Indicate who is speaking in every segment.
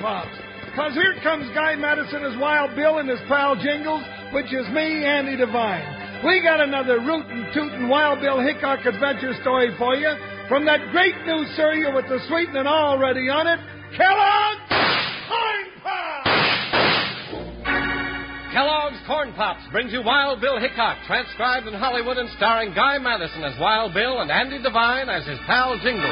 Speaker 1: Pops. Because here comes Guy Madison as Wild Bill and his pal Jingles, which is me, Andy Devine. We got another rootin' tootin' Wild Bill Hickok adventure story for you from that great new cereal with the sweetening already on it, Kellogg's Corn Pops!
Speaker 2: Kellogg's Corn Pops brings you Wild Bill Hickok, transcribed in Hollywood and starring Guy Madison as Wild Bill and Andy Devine as his pal Jingle.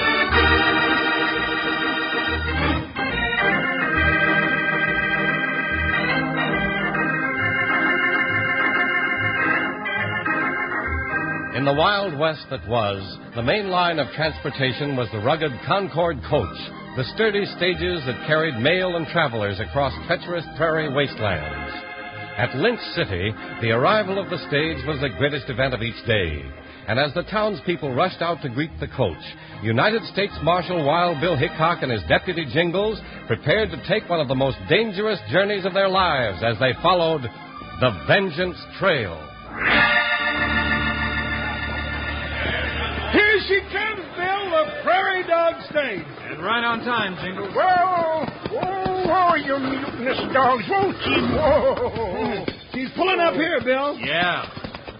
Speaker 2: In the Wild West that was, the main line of transportation was the rugged Concord coach, the sturdy stages that carried mail and travelers across treacherous prairie wastelands. At Lynch City, the arrival of the stage was the greatest event of each day. And as the townspeople rushed out to greet the coach, United States Marshal Wild Bill Hickok and his deputy Jingles prepared to take one of the most dangerous journeys of their lives as they followed the Vengeance Trail.
Speaker 1: Here she comes, Bill, the prairie dog stage.
Speaker 3: And right on time, Jingles.
Speaker 4: Whoa, whoa,
Speaker 1: oh,
Speaker 4: whoa, you mutinous dogs, won't you? Whoa.
Speaker 1: She's pulling up here, Bill.
Speaker 3: Yeah.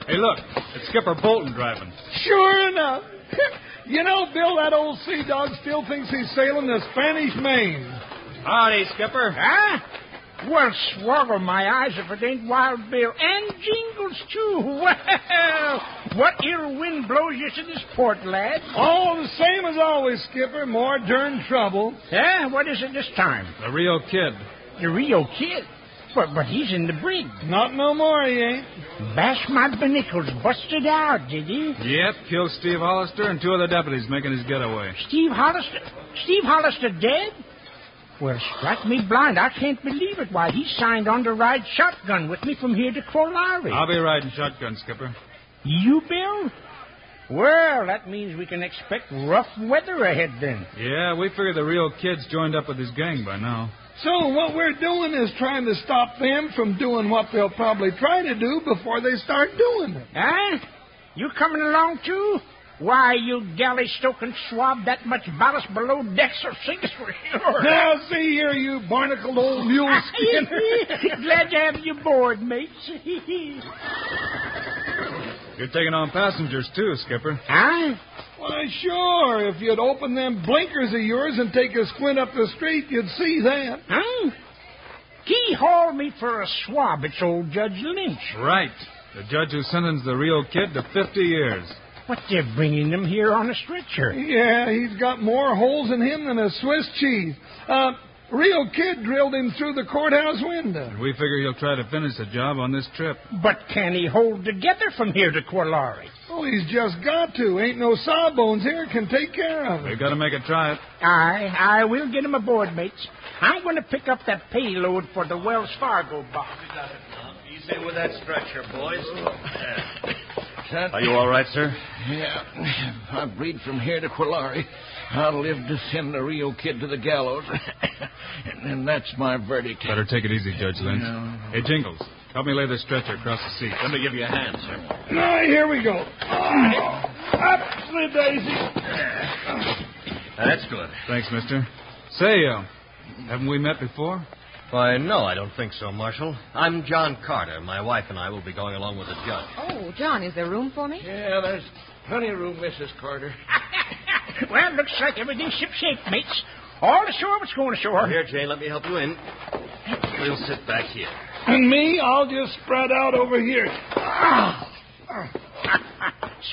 Speaker 3: Hey, look, it's Skipper Bolton driving.
Speaker 1: Sure enough. you know, Bill, that old sea dog still thinks he's sailing the Spanish Main.
Speaker 3: Howdy, Skipper.
Speaker 4: Huh? Well, swallow my eyes if it ain't Wild Bill. And Jingles, too. Well, what ill wind blows you to this port, lad?
Speaker 1: All the same as always, Skipper. More darn trouble.
Speaker 4: Yeah, what is it this time?
Speaker 3: The Rio Kid.
Speaker 4: The Rio Kid? But, but he's in the brig.
Speaker 1: Not no more, he ain't.
Speaker 4: Bash my binnacles busted out, did he?
Speaker 3: Yep, killed Steve Hollister and two other deputies making his getaway.
Speaker 4: Steve Hollister. Steve Hollister dead? Well, strike me blind. I can't believe it. Why, he signed on to ride shotgun with me from here to Quarlari.
Speaker 3: I'll be riding shotgun, Skipper.
Speaker 4: you, Bill? Well, that means we can expect rough weather ahead then.
Speaker 3: Yeah, we figure the Rio Kid's joined up with his gang by now.
Speaker 1: So what we're doing is trying to stop them from doing what they'll probably try to do before they start doing it.
Speaker 4: Huh? You coming along, too? Why, you galley stoking swab, that much ballast below decks or sinks for sure.
Speaker 1: Now, see here, you barnacled old mule skinner.
Speaker 4: Glad to have you aboard, mates.
Speaker 3: You're taking on passengers, too, Skipper.
Speaker 4: huh?
Speaker 1: Why, sure, if you'd open them blinkers of yours and take a squint up the street, you'd see that.
Speaker 4: Huh? He hauled me for a swab. It's old Judge Lynch.
Speaker 3: Right. The judge who sentenced the Rio Kid to 50 years.
Speaker 4: What, they're bringing them here on a stretcher?
Speaker 1: Yeah, he's got more holes in him than a Swiss cheese. Uh, Rio Kid drilled him through the courthouse window.
Speaker 3: We figure he'll try to finish the job on this trip.
Speaker 4: But can he hold together from here to Quarlari?
Speaker 1: Oh, he's just got to. Ain't no sawbones here can take care of it.
Speaker 3: We've got to make a try. it.
Speaker 4: I, I will get him aboard, mates. I'm going to pick up that payload for the Wells Fargo box.
Speaker 5: Easy with that stretcher, boys.
Speaker 6: Are you all right, sir?
Speaker 5: Yeah. I've breed from here to Quillari. I'll live to send the Rio kid to the gallows. and then that's my verdict.
Speaker 3: Better take it easy, Judge Lynch. Hey, Jingles, help me lay this stretcher across the seat.
Speaker 6: Let me give you a hand, sir.
Speaker 1: Now, here we go. Up the daisy.
Speaker 6: That's good.
Speaker 3: Thanks, mister. Say, uh, haven't we met before?
Speaker 2: Why, no, I don't think so, Marshal. I'm John Carter. My wife and I will be going along with the judge.
Speaker 7: Oh, John, is there room for me?
Speaker 5: Yeah, there's plenty of room, Mrs. Carter.
Speaker 4: well, looks like everything's shipshape, mates. All ashore what's going ashore.
Speaker 2: Oh, Here, Jane, let me help you in. We'll sit back here.
Speaker 1: And me, I'll just spread out over here.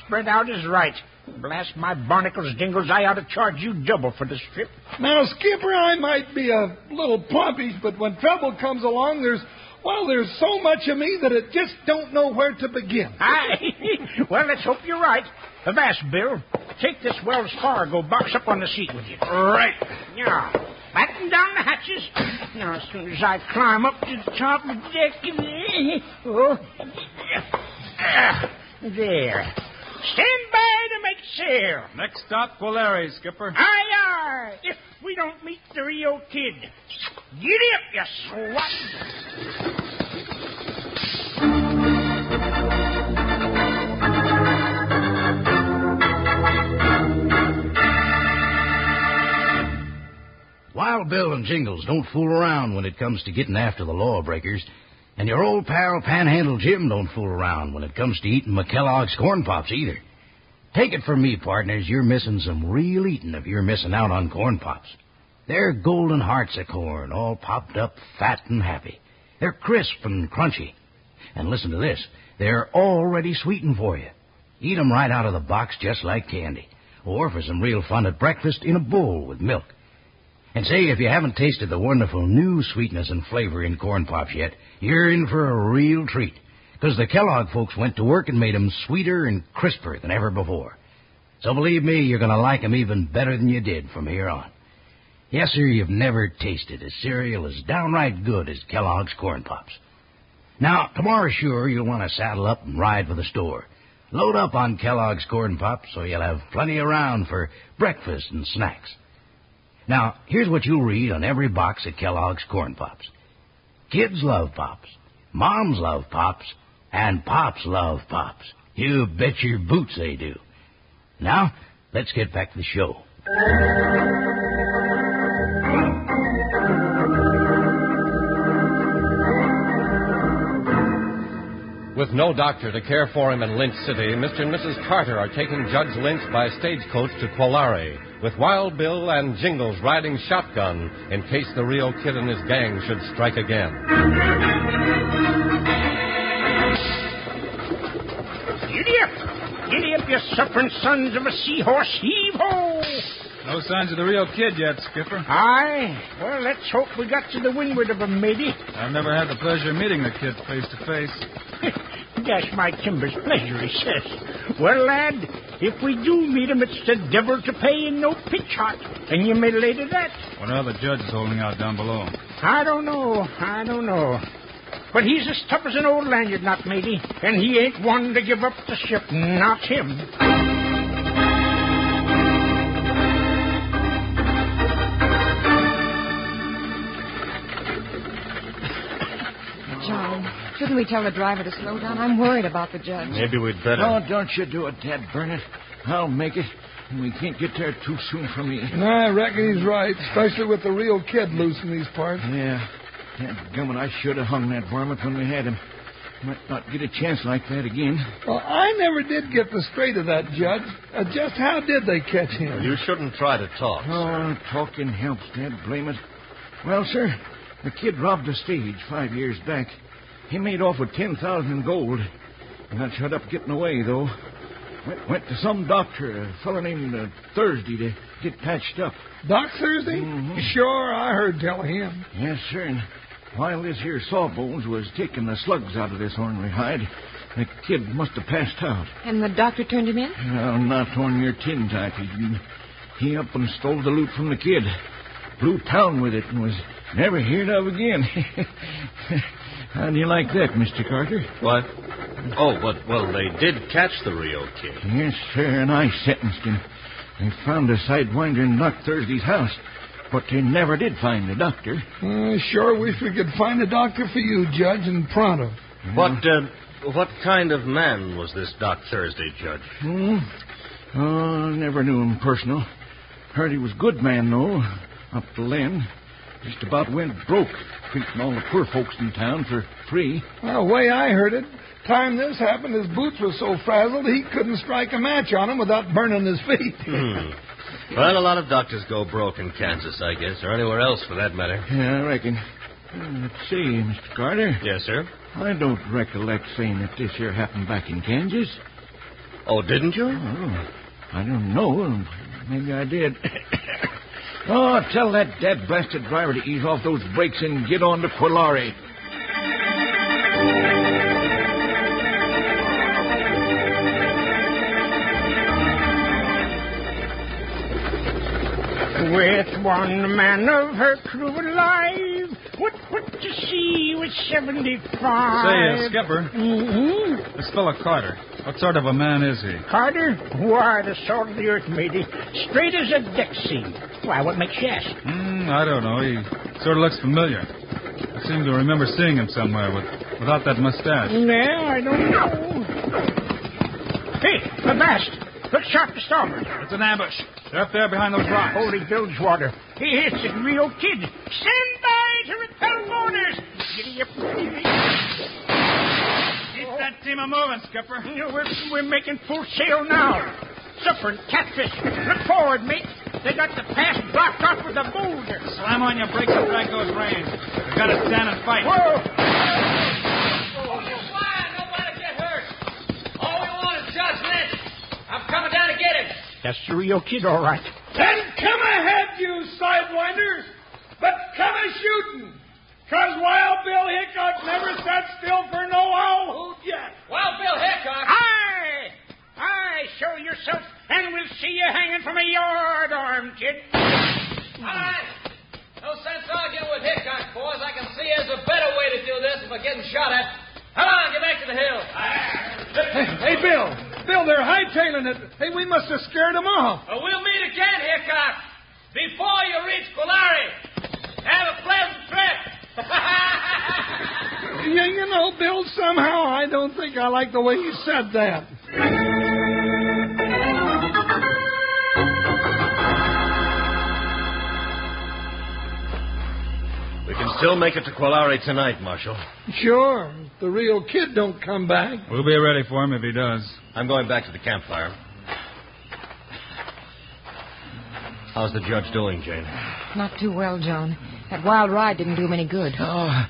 Speaker 4: Spread out is right. Blast my barnacles, Dingles. I ought to charge you double for this trip.
Speaker 1: Now, Skipper, I might be a little plumpish, but when trouble comes along, there's, well, there's so much of me that I just don't know where to begin.
Speaker 4: Aye. well, let's hope you're right. Avast, Bill. Take this Wells Fargo box up on the seat with you. Right. Yeah. Batten down the hatches. Now, as soon as I climb up to the top of the deck, and- oh, Ah, there. Stand by to make sail.
Speaker 3: Next stop, Polari, Skipper.
Speaker 4: Aye, aye. If we don't meet the Rio Kid, giddy up, you swat.
Speaker 8: Wild Bill and Jingles don't fool around when it comes to getting after the lawbreakers. And your old pal Panhandle Jim don't fool around when it comes to eating McKellogg's corn pops either. Take it from me, partners, you're missing some real eating if you're missing out on corn pops. They're golden hearts of corn, all popped up, fat and happy. They're crisp and crunchy. And listen to this. They're already sweetened for you. Eat 'em right out of the box just like candy. Or for some real fun at breakfast in a bowl with milk. And say, if you haven't tasted the wonderful new sweetness and flavor in Corn Pops yet, you're in for a real treat. 'Cause the Kellogg folks went to work and made 'em sweeter and crisper than ever before. So believe me, you're going to 'em even better than you did from here on. Yes, sir, you've never tasted a cereal as downright good as Kellogg's Corn Pops. Now, tomorrow, sure, you'll want to saddle up and ride for the store. Load up on Kellogg's Corn Pops so you'll have plenty around for breakfast and snacks. Now, here's what you'll read on every box of Kellogg's Corn Pops Kids love Pops, moms love Pops, and Pops love Pops. You bet your boots they do. Now, let's get back to the show.
Speaker 2: With no doctor to care for him in Lynch City, Mr. and Mrs. Carter are taking Judge Lynch by stagecoach to Quillare, with Wild Bill and Jingles riding shotgun in case the real kid and his gang should strike again.
Speaker 4: Giddy up! Giddy up, you suffering sons of a seahorse! Heave ho!
Speaker 3: No signs of the real kid yet, Skipper.
Speaker 4: Aye. Well, let's hope we got to the windward of him, matey.
Speaker 3: I've never had the pleasure of meeting the kid face to face.
Speaker 4: Dash my timbers pleasure, he says. Well, lad, if we do meet him, it's the devil to pay and no pitch hot. And you may lay to that.
Speaker 3: What are the judges holding out down below?
Speaker 4: I don't know. I don't know. But he's as tough as an old lanyard knot, matey. And he ain't one to give up the ship. Not him.
Speaker 7: John, shouldn't we tell the driver to slow down? I'm worried about the judge.
Speaker 6: Maybe we'd better.
Speaker 5: No, don't you do it, Dad Burnett. I'll make it. We can't get there too soon for me.
Speaker 1: No, I reckon he's right, especially with the real kid loose in these parts.
Speaker 5: Yeah. Dad Gummit, I should have hung that varmint when we had him. Might not get a chance like that again.
Speaker 1: Well, I never did get the straight of that judge. Uh, just how did they catch him?
Speaker 6: You shouldn't try to talk.
Speaker 5: Oh, talking helps, Dad. Blame it. Well, sir, the kid robbed a stage five years back. He made off with ten thousand gold. And got shut up getting away, though. Went, went to some doctor, a fellow named uh, Thursday, to get patched up.
Speaker 1: Doc Thursday?
Speaker 5: Mhm.
Speaker 1: Sure, I heard tell of him.
Speaker 5: Yes, sir. And while this here sawbones was taking the slugs out of this ornery hide, the kid must have passed out.
Speaker 7: And the doctor turned him in?
Speaker 5: Well, not on your tin type. He, he up and stole the loot from the kid. Blew town with it and was never heard of again. How do you like that, Mr. Carter?
Speaker 6: What? Oh, but well, they did catch the real kid.
Speaker 5: Yes, sir, and I sentenced him. They found a sidewinder and knocked Thursday's house, but they never did find the doctor.
Speaker 1: Uh, sure wish we could find a doctor for you, Judge, and pronto.
Speaker 6: What uh, what kind of man was this Doc Thursday, Judge?
Speaker 5: Hmm? Oh, never knew him personal. Heard he was a good man, though, up the land. Just about went broke, treating all the poor folks in town for free.
Speaker 1: Well, the way I heard it, time this happened, his boots were so frazzled he couldn't strike a match on him without burning his feet.
Speaker 6: Hmm. Well, a lot of doctors go broke in Kansas, I guess, or anywhere else for that matter.
Speaker 5: Yeah, I reckon. Uh, Let's see, Mr. Carter.
Speaker 6: Yes, sir.
Speaker 5: I don't recollect saying that this here happened back in Kansas.
Speaker 6: Oh, didn't you?
Speaker 5: Oh, I don't know. Maybe I did. oh, tell that dead blasted driver to ease off those brakes and get on to Quillare.
Speaker 4: With one man of her crew alive, what what to see was seventy-five.
Speaker 3: Say, uh, Skipper,
Speaker 4: hmm
Speaker 3: this fellow Carter, what sort of a man is he?
Speaker 4: Carter, why the salt of the earth, matey, straight as a deck seam. Why, what makes you ask?
Speaker 3: Hmm, I don't know. He sort of looks familiar. I seem to remember seeing him somewhere with, without that mustache.
Speaker 4: Well, I don't know. Hey, Avast! Look sharp to starboard.
Speaker 3: It's an ambush.
Speaker 9: They're up there behind those rocks.
Speaker 4: Holy Bilgewater. He hits it real kid. Stand by to repel orders. Giddy up.
Speaker 9: Keep that team a moving, Skipper.
Speaker 4: You know, we're, we're making full sail now. Supper and catfish. Look forward, mate. They got the pass blocked off with a boulder.
Speaker 9: Slam on your brakes and drag those reins. We gotta stand and fight.
Speaker 4: Whoa! That's the real kid, all right.
Speaker 1: Then come ahead, you sidewinders, but come a shooting. Cause Wild Bill Hickok never sat still for no owl hoot yet.
Speaker 4: Well, Bill Hickok. Aye! Aye, show yourself, and we'll see you hanging from a yard arm, kid.
Speaker 10: All right. No sense arguing with Hickok, boys. I can see there's a better way to do this if we're getting shot at. Come on, get back to the hill.
Speaker 1: Hey, hey, Bill. Bill, they're hightailing it. Hey, we must have scared them off.
Speaker 10: Uh, Well, we'll meet again, Hickok. Before you reach Golari, have a pleasant trip.
Speaker 1: You, you know, Bill, somehow I don't think I like the way you said that.
Speaker 2: We can still make it to Quillare tonight, Marshal.
Speaker 1: Sure, if the real kid don't come back.
Speaker 9: We'll be ready for him if he does.
Speaker 2: I'm going back to the campfire. How's the judge doing, Jane?
Speaker 7: Not too well, John. That wild ride didn't do him any good.
Speaker 8: Oh,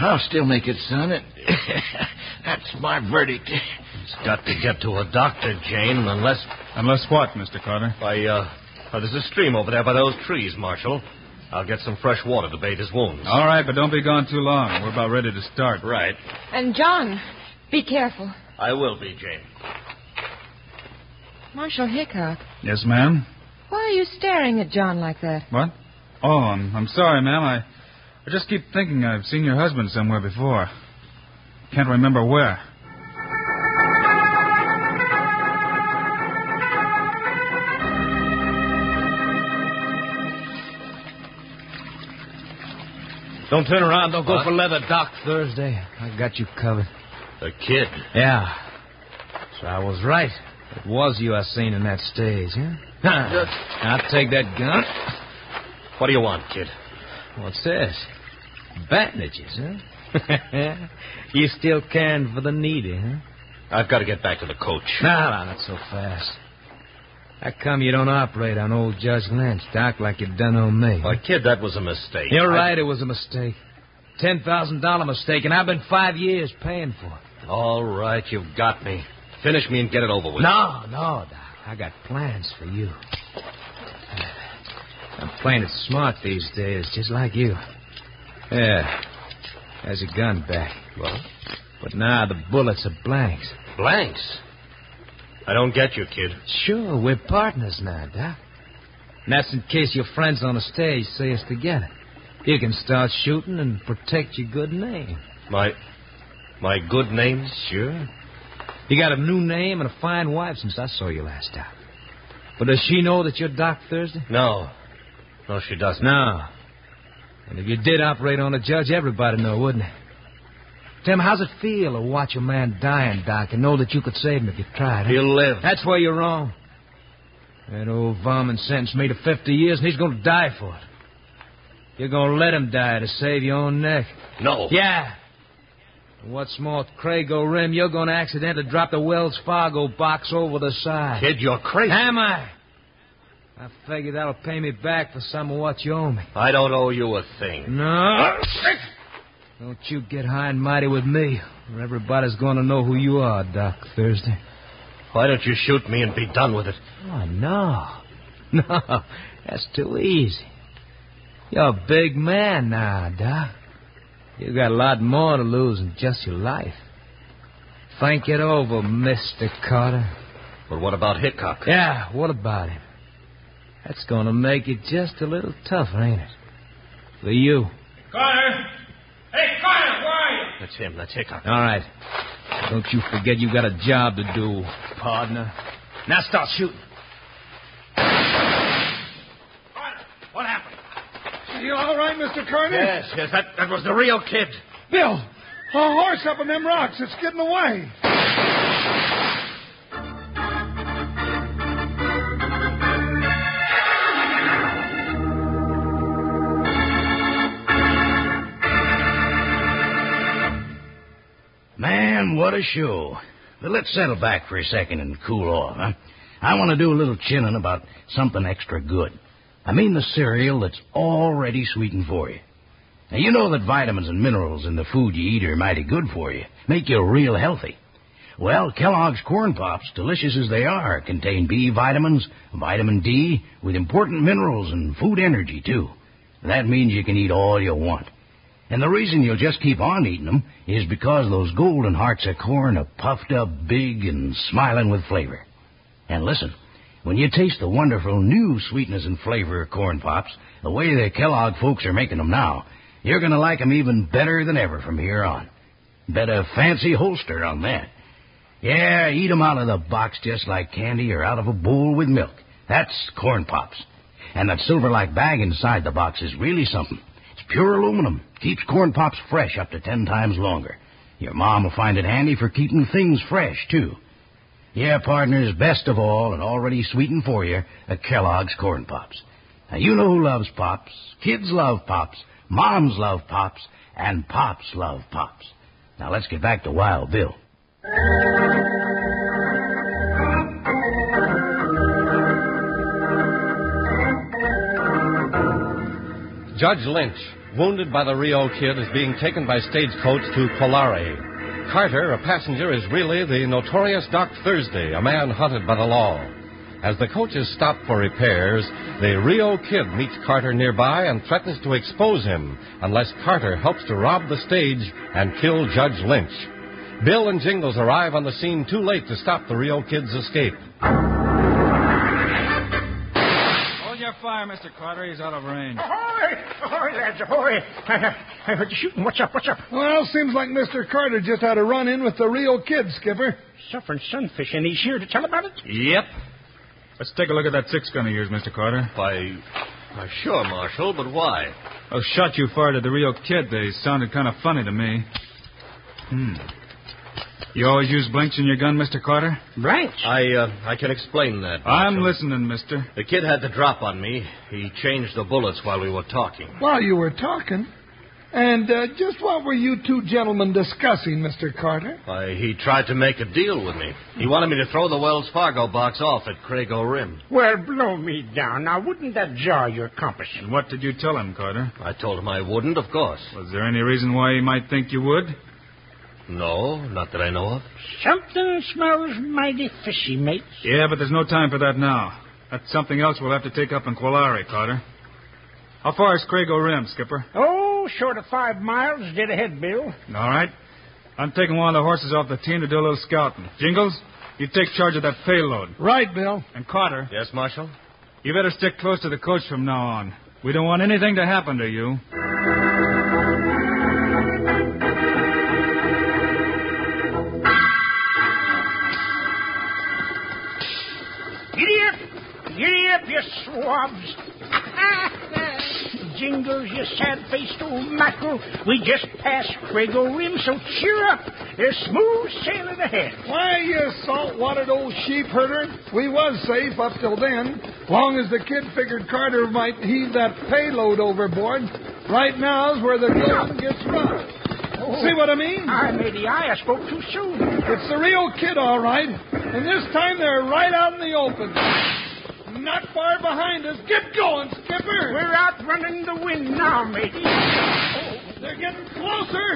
Speaker 8: I'll still make it, son. It, that's my verdict.
Speaker 2: He's got to get to a doctor, Jane, unless
Speaker 9: Unless what, Mr. Carter?
Speaker 2: by uh oh, there's a stream over there by those trees, Marshal. I'll get some fresh water to bathe his wounds.
Speaker 9: All right, but don't be gone too long. We're about ready to start.
Speaker 2: Right.
Speaker 7: And, John, be careful.
Speaker 2: I will be, Jane.
Speaker 7: Marshal Hickok,
Speaker 9: Yes, ma'am.
Speaker 7: why are you staring at John like that?
Speaker 9: What? Oh, I'm, I'm sorry, ma'am. I, I just keep thinking I've seen your husband somewhere before. Can't remember where.
Speaker 3: Don't turn around. Don't
Speaker 2: What?
Speaker 3: go for leather, Doc. Thursday. I got you covered.
Speaker 2: The kid.
Speaker 3: Yeah. So I was right. It was you I seen in that stage, huh? I'll take that gun.
Speaker 2: What do you want, kid?
Speaker 3: What's this? Bandages, huh? you still caring for the needy, huh?
Speaker 2: I've got to get back to the coach.
Speaker 3: No, no, not so fast. How come you don't operate on old Judge Lynch, Doc, like you've done on me?
Speaker 2: Why, kid, that was a mistake.
Speaker 3: You're
Speaker 2: I-
Speaker 3: right, it was a mistake. Ten thousand dollar mistake, and I've been five years paying for it.
Speaker 2: All right, you've got me. Finish me and get it over with.
Speaker 3: No, no, Doc. I got plans for you. I'm playing it smart these days, just like you. Yeah. There's a gun back. Well? But now the bullets are blanks.
Speaker 2: Blanks. I don't get you, kid.
Speaker 3: Sure, we're partners now, Doc. And that's in case your friends on the stage see us together. You can start shooting and protect your good name.
Speaker 2: My my good name?
Speaker 3: Sure. You got a new name and a fine wife since I saw you last time. But does she know that you're Doc Thursday?
Speaker 2: No. No, she doesn't.
Speaker 3: No. And if you did operate on a judge, everybody'd know, wouldn't it? Tim, how's it feel to watch a man dying, Doc, and know that you could save him if you tried? huh?
Speaker 2: He'll live.
Speaker 3: That's where you're wrong. That old varmint sentenced me to 50 years, and he's going to die for it. You're going to let him die to save your own neck.
Speaker 2: No.
Speaker 3: Yeah. And what's more, Craig O'Rim, you're going to accidentally drop the Wells Fargo box over the side.
Speaker 2: Kid, you're crazy.
Speaker 3: Am I? I figure that'll pay me back for some of what you owe me.
Speaker 2: I don't owe you a thing.
Speaker 3: No. Don't you get high and mighty with me, or everybody's going to know who you are, Doc Thursday.
Speaker 2: Why don't you shoot me and be done with it?
Speaker 3: Oh, no. No, that's too easy. You're a big man now, Doc. You got a lot more to lose than just your life. Think it over, Mr. Carter.
Speaker 2: But what about Hickok?
Speaker 3: Yeah, what about him? That's going to make it just a little tougher, ain't it? For you.
Speaker 1: Carter! Hey, Carter, where are you?
Speaker 2: That's him. That's Hickok.
Speaker 3: All right. Don't you forget you got a job to do, partner. Now start shooting.
Speaker 2: What happened?
Speaker 1: You all right, Mr. Carter?
Speaker 2: Yes, yes, that, that was the real kid.
Speaker 1: Bill, a horse up in them rocks. It's getting away.
Speaker 8: Man, what a show. But let's settle back for a second and cool off, huh? I want to do a little chinning about something extra good. I mean the cereal that's already sweetened for you. Now, you know that vitamins and minerals in the food you eat are mighty good for you, make you real healthy. Well, Kellogg's Corn Pops, delicious as they are, contain B vitamins, vitamin D, with important minerals and food energy, too. That means you can eat all you want. And the reason you'll just keep on eating them is because those golden hearts of corn are puffed up big and smiling with flavor. And listen, when you taste the wonderful new sweetness and flavor of corn pops, the way the Kellogg folks are making them now, you're going to like 'em even better than ever from here on. Bet a fancy holster on that. Yeah, eat 'em out of the box just like candy or out of a bowl with milk. That's corn pops. And that silver like bag inside the box is really something. It's pure aluminum. Keeps corn pops fresh up to ten times longer. Your mom will find it handy for keeping things fresh, too. Yeah, partners, best of all, and already sweetened for you, are Kellogg's Corn Pops. Now, you know who loves Pops. Kids love Pops. Moms love Pops. And Pops love Pops. Now, let's get back to Wild Bill.
Speaker 2: Judge Lynch, wounded by the Rio Kid, is being taken by stagecoach to Colare. Carter, a passenger, is really the notorious Doc Thursday, a man hunted by the law. As the coach is stopped for repairs, the Rio Kid meets Carter nearby and threatens to expose him unless Carter helps to rob the stage and kill Judge Lynch. Bill and Jingles arrive on the scene too late to stop the Rio Kid's escape.
Speaker 3: Hold your fire, Mr. Carter. He's out of range.
Speaker 4: Ahoy! Ahoy, lads, ahoy! I heard you shooting. What's up? What's up?
Speaker 1: Well, seems like Mr. Carter just had a run in with the real kid, Skipper.
Speaker 4: Suffering sunfish, and he's here to tell about it?
Speaker 6: Yep.
Speaker 3: Let's take a look at that six gun of yours, Mr. Carter.
Speaker 6: Why, why, sure, Marshal, but why?
Speaker 3: Those shot you fired at the real kid, they sounded kind of funny to me. Hmm. You always use blinks in your gun, Mr. Carter?
Speaker 4: Right.
Speaker 6: I, uh, I can explain that.
Speaker 3: I'm
Speaker 6: Marshal.
Speaker 3: listening, mister.
Speaker 6: The kid had the drop on me. He changed the bullets while we were talking.
Speaker 1: While you were talking. And uh, just what were you two gentlemen discussing, Mr. Carter?
Speaker 6: Why, he tried to make a deal with me. He wanted me to throw the Wells Fargo box off at Crago Rim.
Speaker 4: Well, blow me down. Now, wouldn't that jar your compass?
Speaker 3: And what did you tell him, Carter?
Speaker 6: I told him I wouldn't, of course.
Speaker 3: Was there any reason why he might think you would?
Speaker 6: No, not that I know of.
Speaker 4: Something smells mighty fishy, mates.
Speaker 3: Yeah, but there's no time for that now. That's something else we'll have to take up in Quillare, Carter. How far is Crago Rim, Skipper?
Speaker 4: Oh, short of five miles, dead ahead, Bill.
Speaker 3: All right. I'm taking one of the horses off the team to do a little scouting. Jingles, you take charge of that payload.
Speaker 1: Right, Bill.
Speaker 3: And Carter,
Speaker 6: Yes, Marshal?
Speaker 3: you better stick close to the coach from now on. We don't want anything to happen to you.
Speaker 4: Giddy up! Giddy up, you swabs! Jingles, you sad faced old mackerel. We just passed Crago Rim, so cheer up. There's smooth sailing ahead.
Speaker 1: Why, you salt-watered old sheep herder. We was safe up till then, long as the kid figured Carter might heave that payload overboard. Right now's where the golden gets rough. See what I mean?
Speaker 4: Oh, I made the eye. I spoke too soon.
Speaker 1: It's the real kid, all right. And this time they're right out in the open. Not far behind us. Get going, Skipper.
Speaker 4: We're out running the wind now, matey.
Speaker 1: They're getting closer.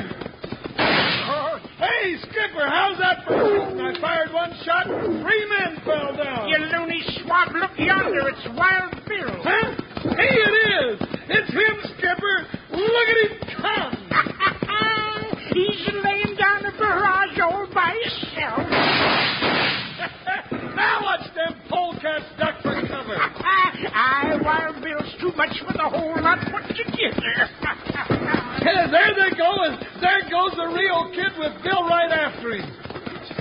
Speaker 4: Oh,
Speaker 1: Hey, Skipper, how's that for shooting? I fired one shot, three men fell down.
Speaker 4: you loony swab, look yonder. It's Wild Bill.
Speaker 1: Huh? Hey, it is. It's him, Skipper. Look at him come.
Speaker 4: He's laying down a barrage all by himself.
Speaker 1: now watch them polecats duck for cover.
Speaker 4: I, Ah, Wild Bill's too much for the whole lot put together.
Speaker 1: Yeah, there they go, and there goes the real kid with Bill right after him.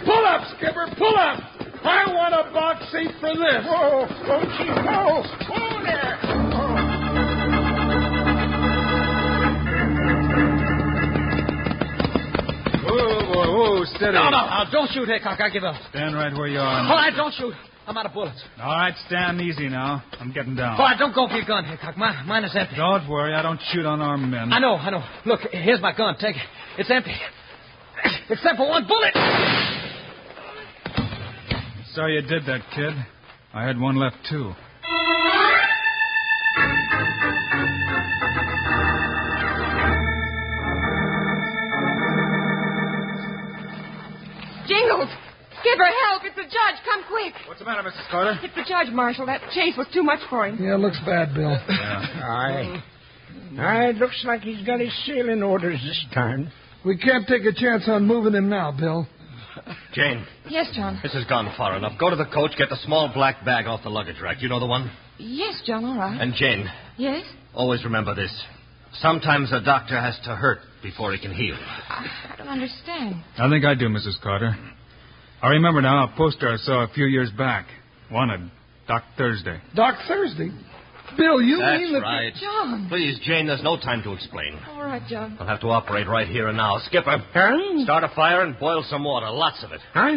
Speaker 1: Pull up, Skipper, pull up. I want a box seat for this.
Speaker 4: Whoa, whoa, Oh, gee, whoa. Whoa there. Whoa.
Speaker 3: Whoa, whoa, whoa, steady.
Speaker 10: No, no, no, don't shoot, Hickok. I give up.
Speaker 3: Stand right where you
Speaker 10: All
Speaker 3: are.
Speaker 10: right, don't shoot. I'm out of bullets.
Speaker 3: All right, stand easy now. I'm getting down.
Speaker 10: All right, don't go for your gun, Hickok. My, mine is empty.
Speaker 3: Don't worry, I don't shoot on our men.
Speaker 10: I know, I know. Look, here's my gun. Take it. It's empty. except for one bullet.
Speaker 3: Sorry you did that, kid. I had one left, too.
Speaker 7: Jingles! Give her help! It's the judge! Come quick!
Speaker 3: What's the matter, Mrs. Carter?
Speaker 7: It's the judge, Marshal. That chase was too much for him.
Speaker 1: Yeah, looks bad, Bill.
Speaker 4: Aye. Aye, it looks like he's got his sailing orders this time.
Speaker 1: We can't take a chance on moving him now, Bill.
Speaker 6: Jane,
Speaker 7: Yes, John.
Speaker 6: this has gone far enough. Go to the coach, get the small black bag off the luggage rack. You know the one?
Speaker 7: Yes, John, all right.
Speaker 6: And Jane,
Speaker 7: Yes?
Speaker 6: always remember this. Sometimes a doctor has to hurt before he can heal.
Speaker 7: I don't understand.
Speaker 3: I think I do, Mrs. Carter. I remember now a poster I saw a few years back. Wanted. Doc Thursday.
Speaker 1: Doc Thursday. Bill, you
Speaker 6: That's
Speaker 1: mean that.
Speaker 6: right.
Speaker 7: John!
Speaker 6: Please, Jane, there's no time to explain.
Speaker 7: All right, John.
Speaker 6: I'll have to operate right here and now. Skipper,
Speaker 4: Huh?
Speaker 6: start a fire and boil some water. Lots of it.
Speaker 4: Huh?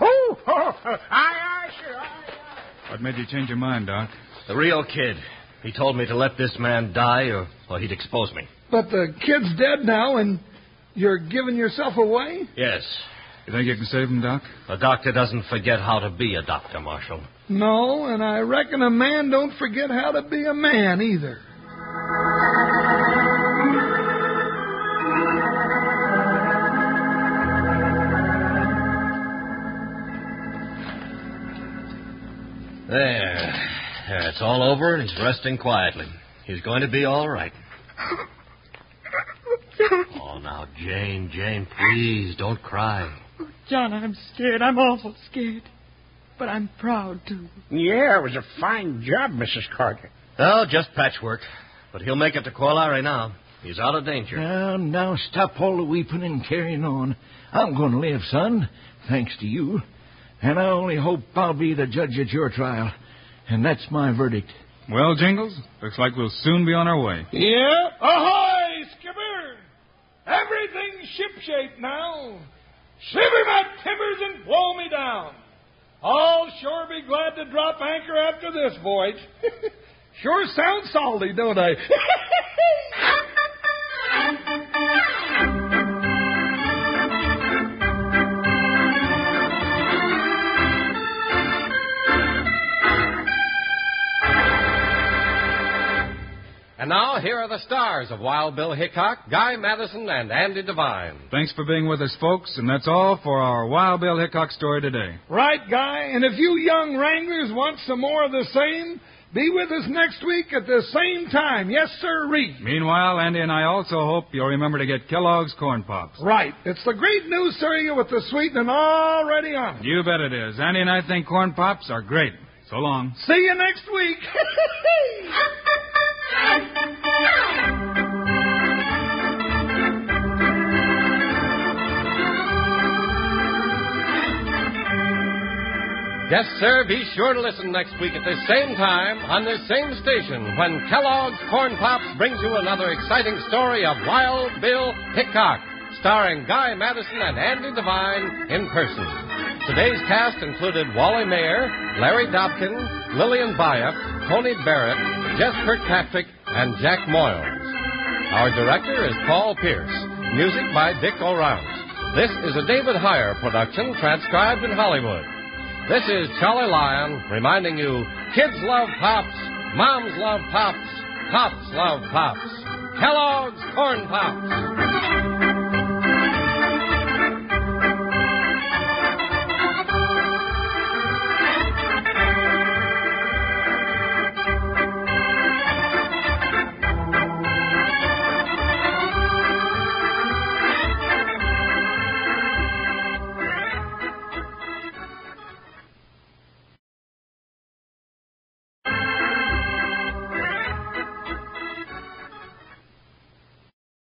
Speaker 4: Oh, oh, oh, aye, aye, sir, aye, aye.
Speaker 3: What made you change your mind, Doc?
Speaker 6: The real kid. He told me to let this man die or, or he'd expose me.
Speaker 1: But the kid's dead now, and you're giving yourself away?
Speaker 6: Yes.
Speaker 3: You think you can save him, Doc?
Speaker 6: A doctor doesn't forget how to be a doctor, Marshal.
Speaker 1: No, and I reckon a man don't forget how to be a man either.
Speaker 6: There. Yeah, It's all over and he's resting quietly. He's going to be all right. Oh, now, Jane, Jane, please don't cry.
Speaker 7: John, I'm scared. I'm awful scared. But I'm proud, too.
Speaker 4: Yeah, it was a fine job, Mrs. Carter.
Speaker 6: Oh, just patchwork. But he'll make it to Qualari now. He's out of danger.
Speaker 5: Now, now, stop all the weeping and carrying on. I'm going to live, son, thanks to you. And I only hope I'll be the judge at your trial. And that's my verdict.
Speaker 3: Well, Jingles, looks like we'll soon be on our way.
Speaker 1: Yeah? Ahoy, skipper! Everything's shipshape now. Shiver my timbers and blow me down. I'll sure be glad to drop anchor after this voyage. sure sound salty, don't I?
Speaker 2: And now, here are the stars of Wild Bill Hickok, Guy Madison, and Andy Devine.
Speaker 3: Thanks for being with us, folks, and that's all for our Wild Bill Hickok story today.
Speaker 1: right, Guy. And if you young wranglers want some more of the same, be with us next week at the same time. Yes, sir, Reed.
Speaker 3: Meanwhile, Andy and I also hope you'll remember to get Kellogg's Corn Pops.
Speaker 1: Right. It's the great new cereal with the sweetening already on it.
Speaker 3: You bet it is. Andy and I think Corn Pops are great. So long.
Speaker 1: See you next week.
Speaker 2: Yes, sir, be sure to listen next week at this same time on this same station when Kellogg's Corn Pops brings you another exciting story of Wild Bill Hickok, starring Guy Madison and Andy Devine in person. Today's cast included Wally Mayer, Larry Dobkin, Lillian Bayef, Tony Barrett, Jeff Kirkpatrick, and Jack Moyles. Our director is Paul Pierce. Music by Dick O'Round. This is a David Heyer production transcribed in Hollywood. This is Charlie Lyon reminding you kids love pops, moms love pops, pops love pops, Kellogg's Corn Pops.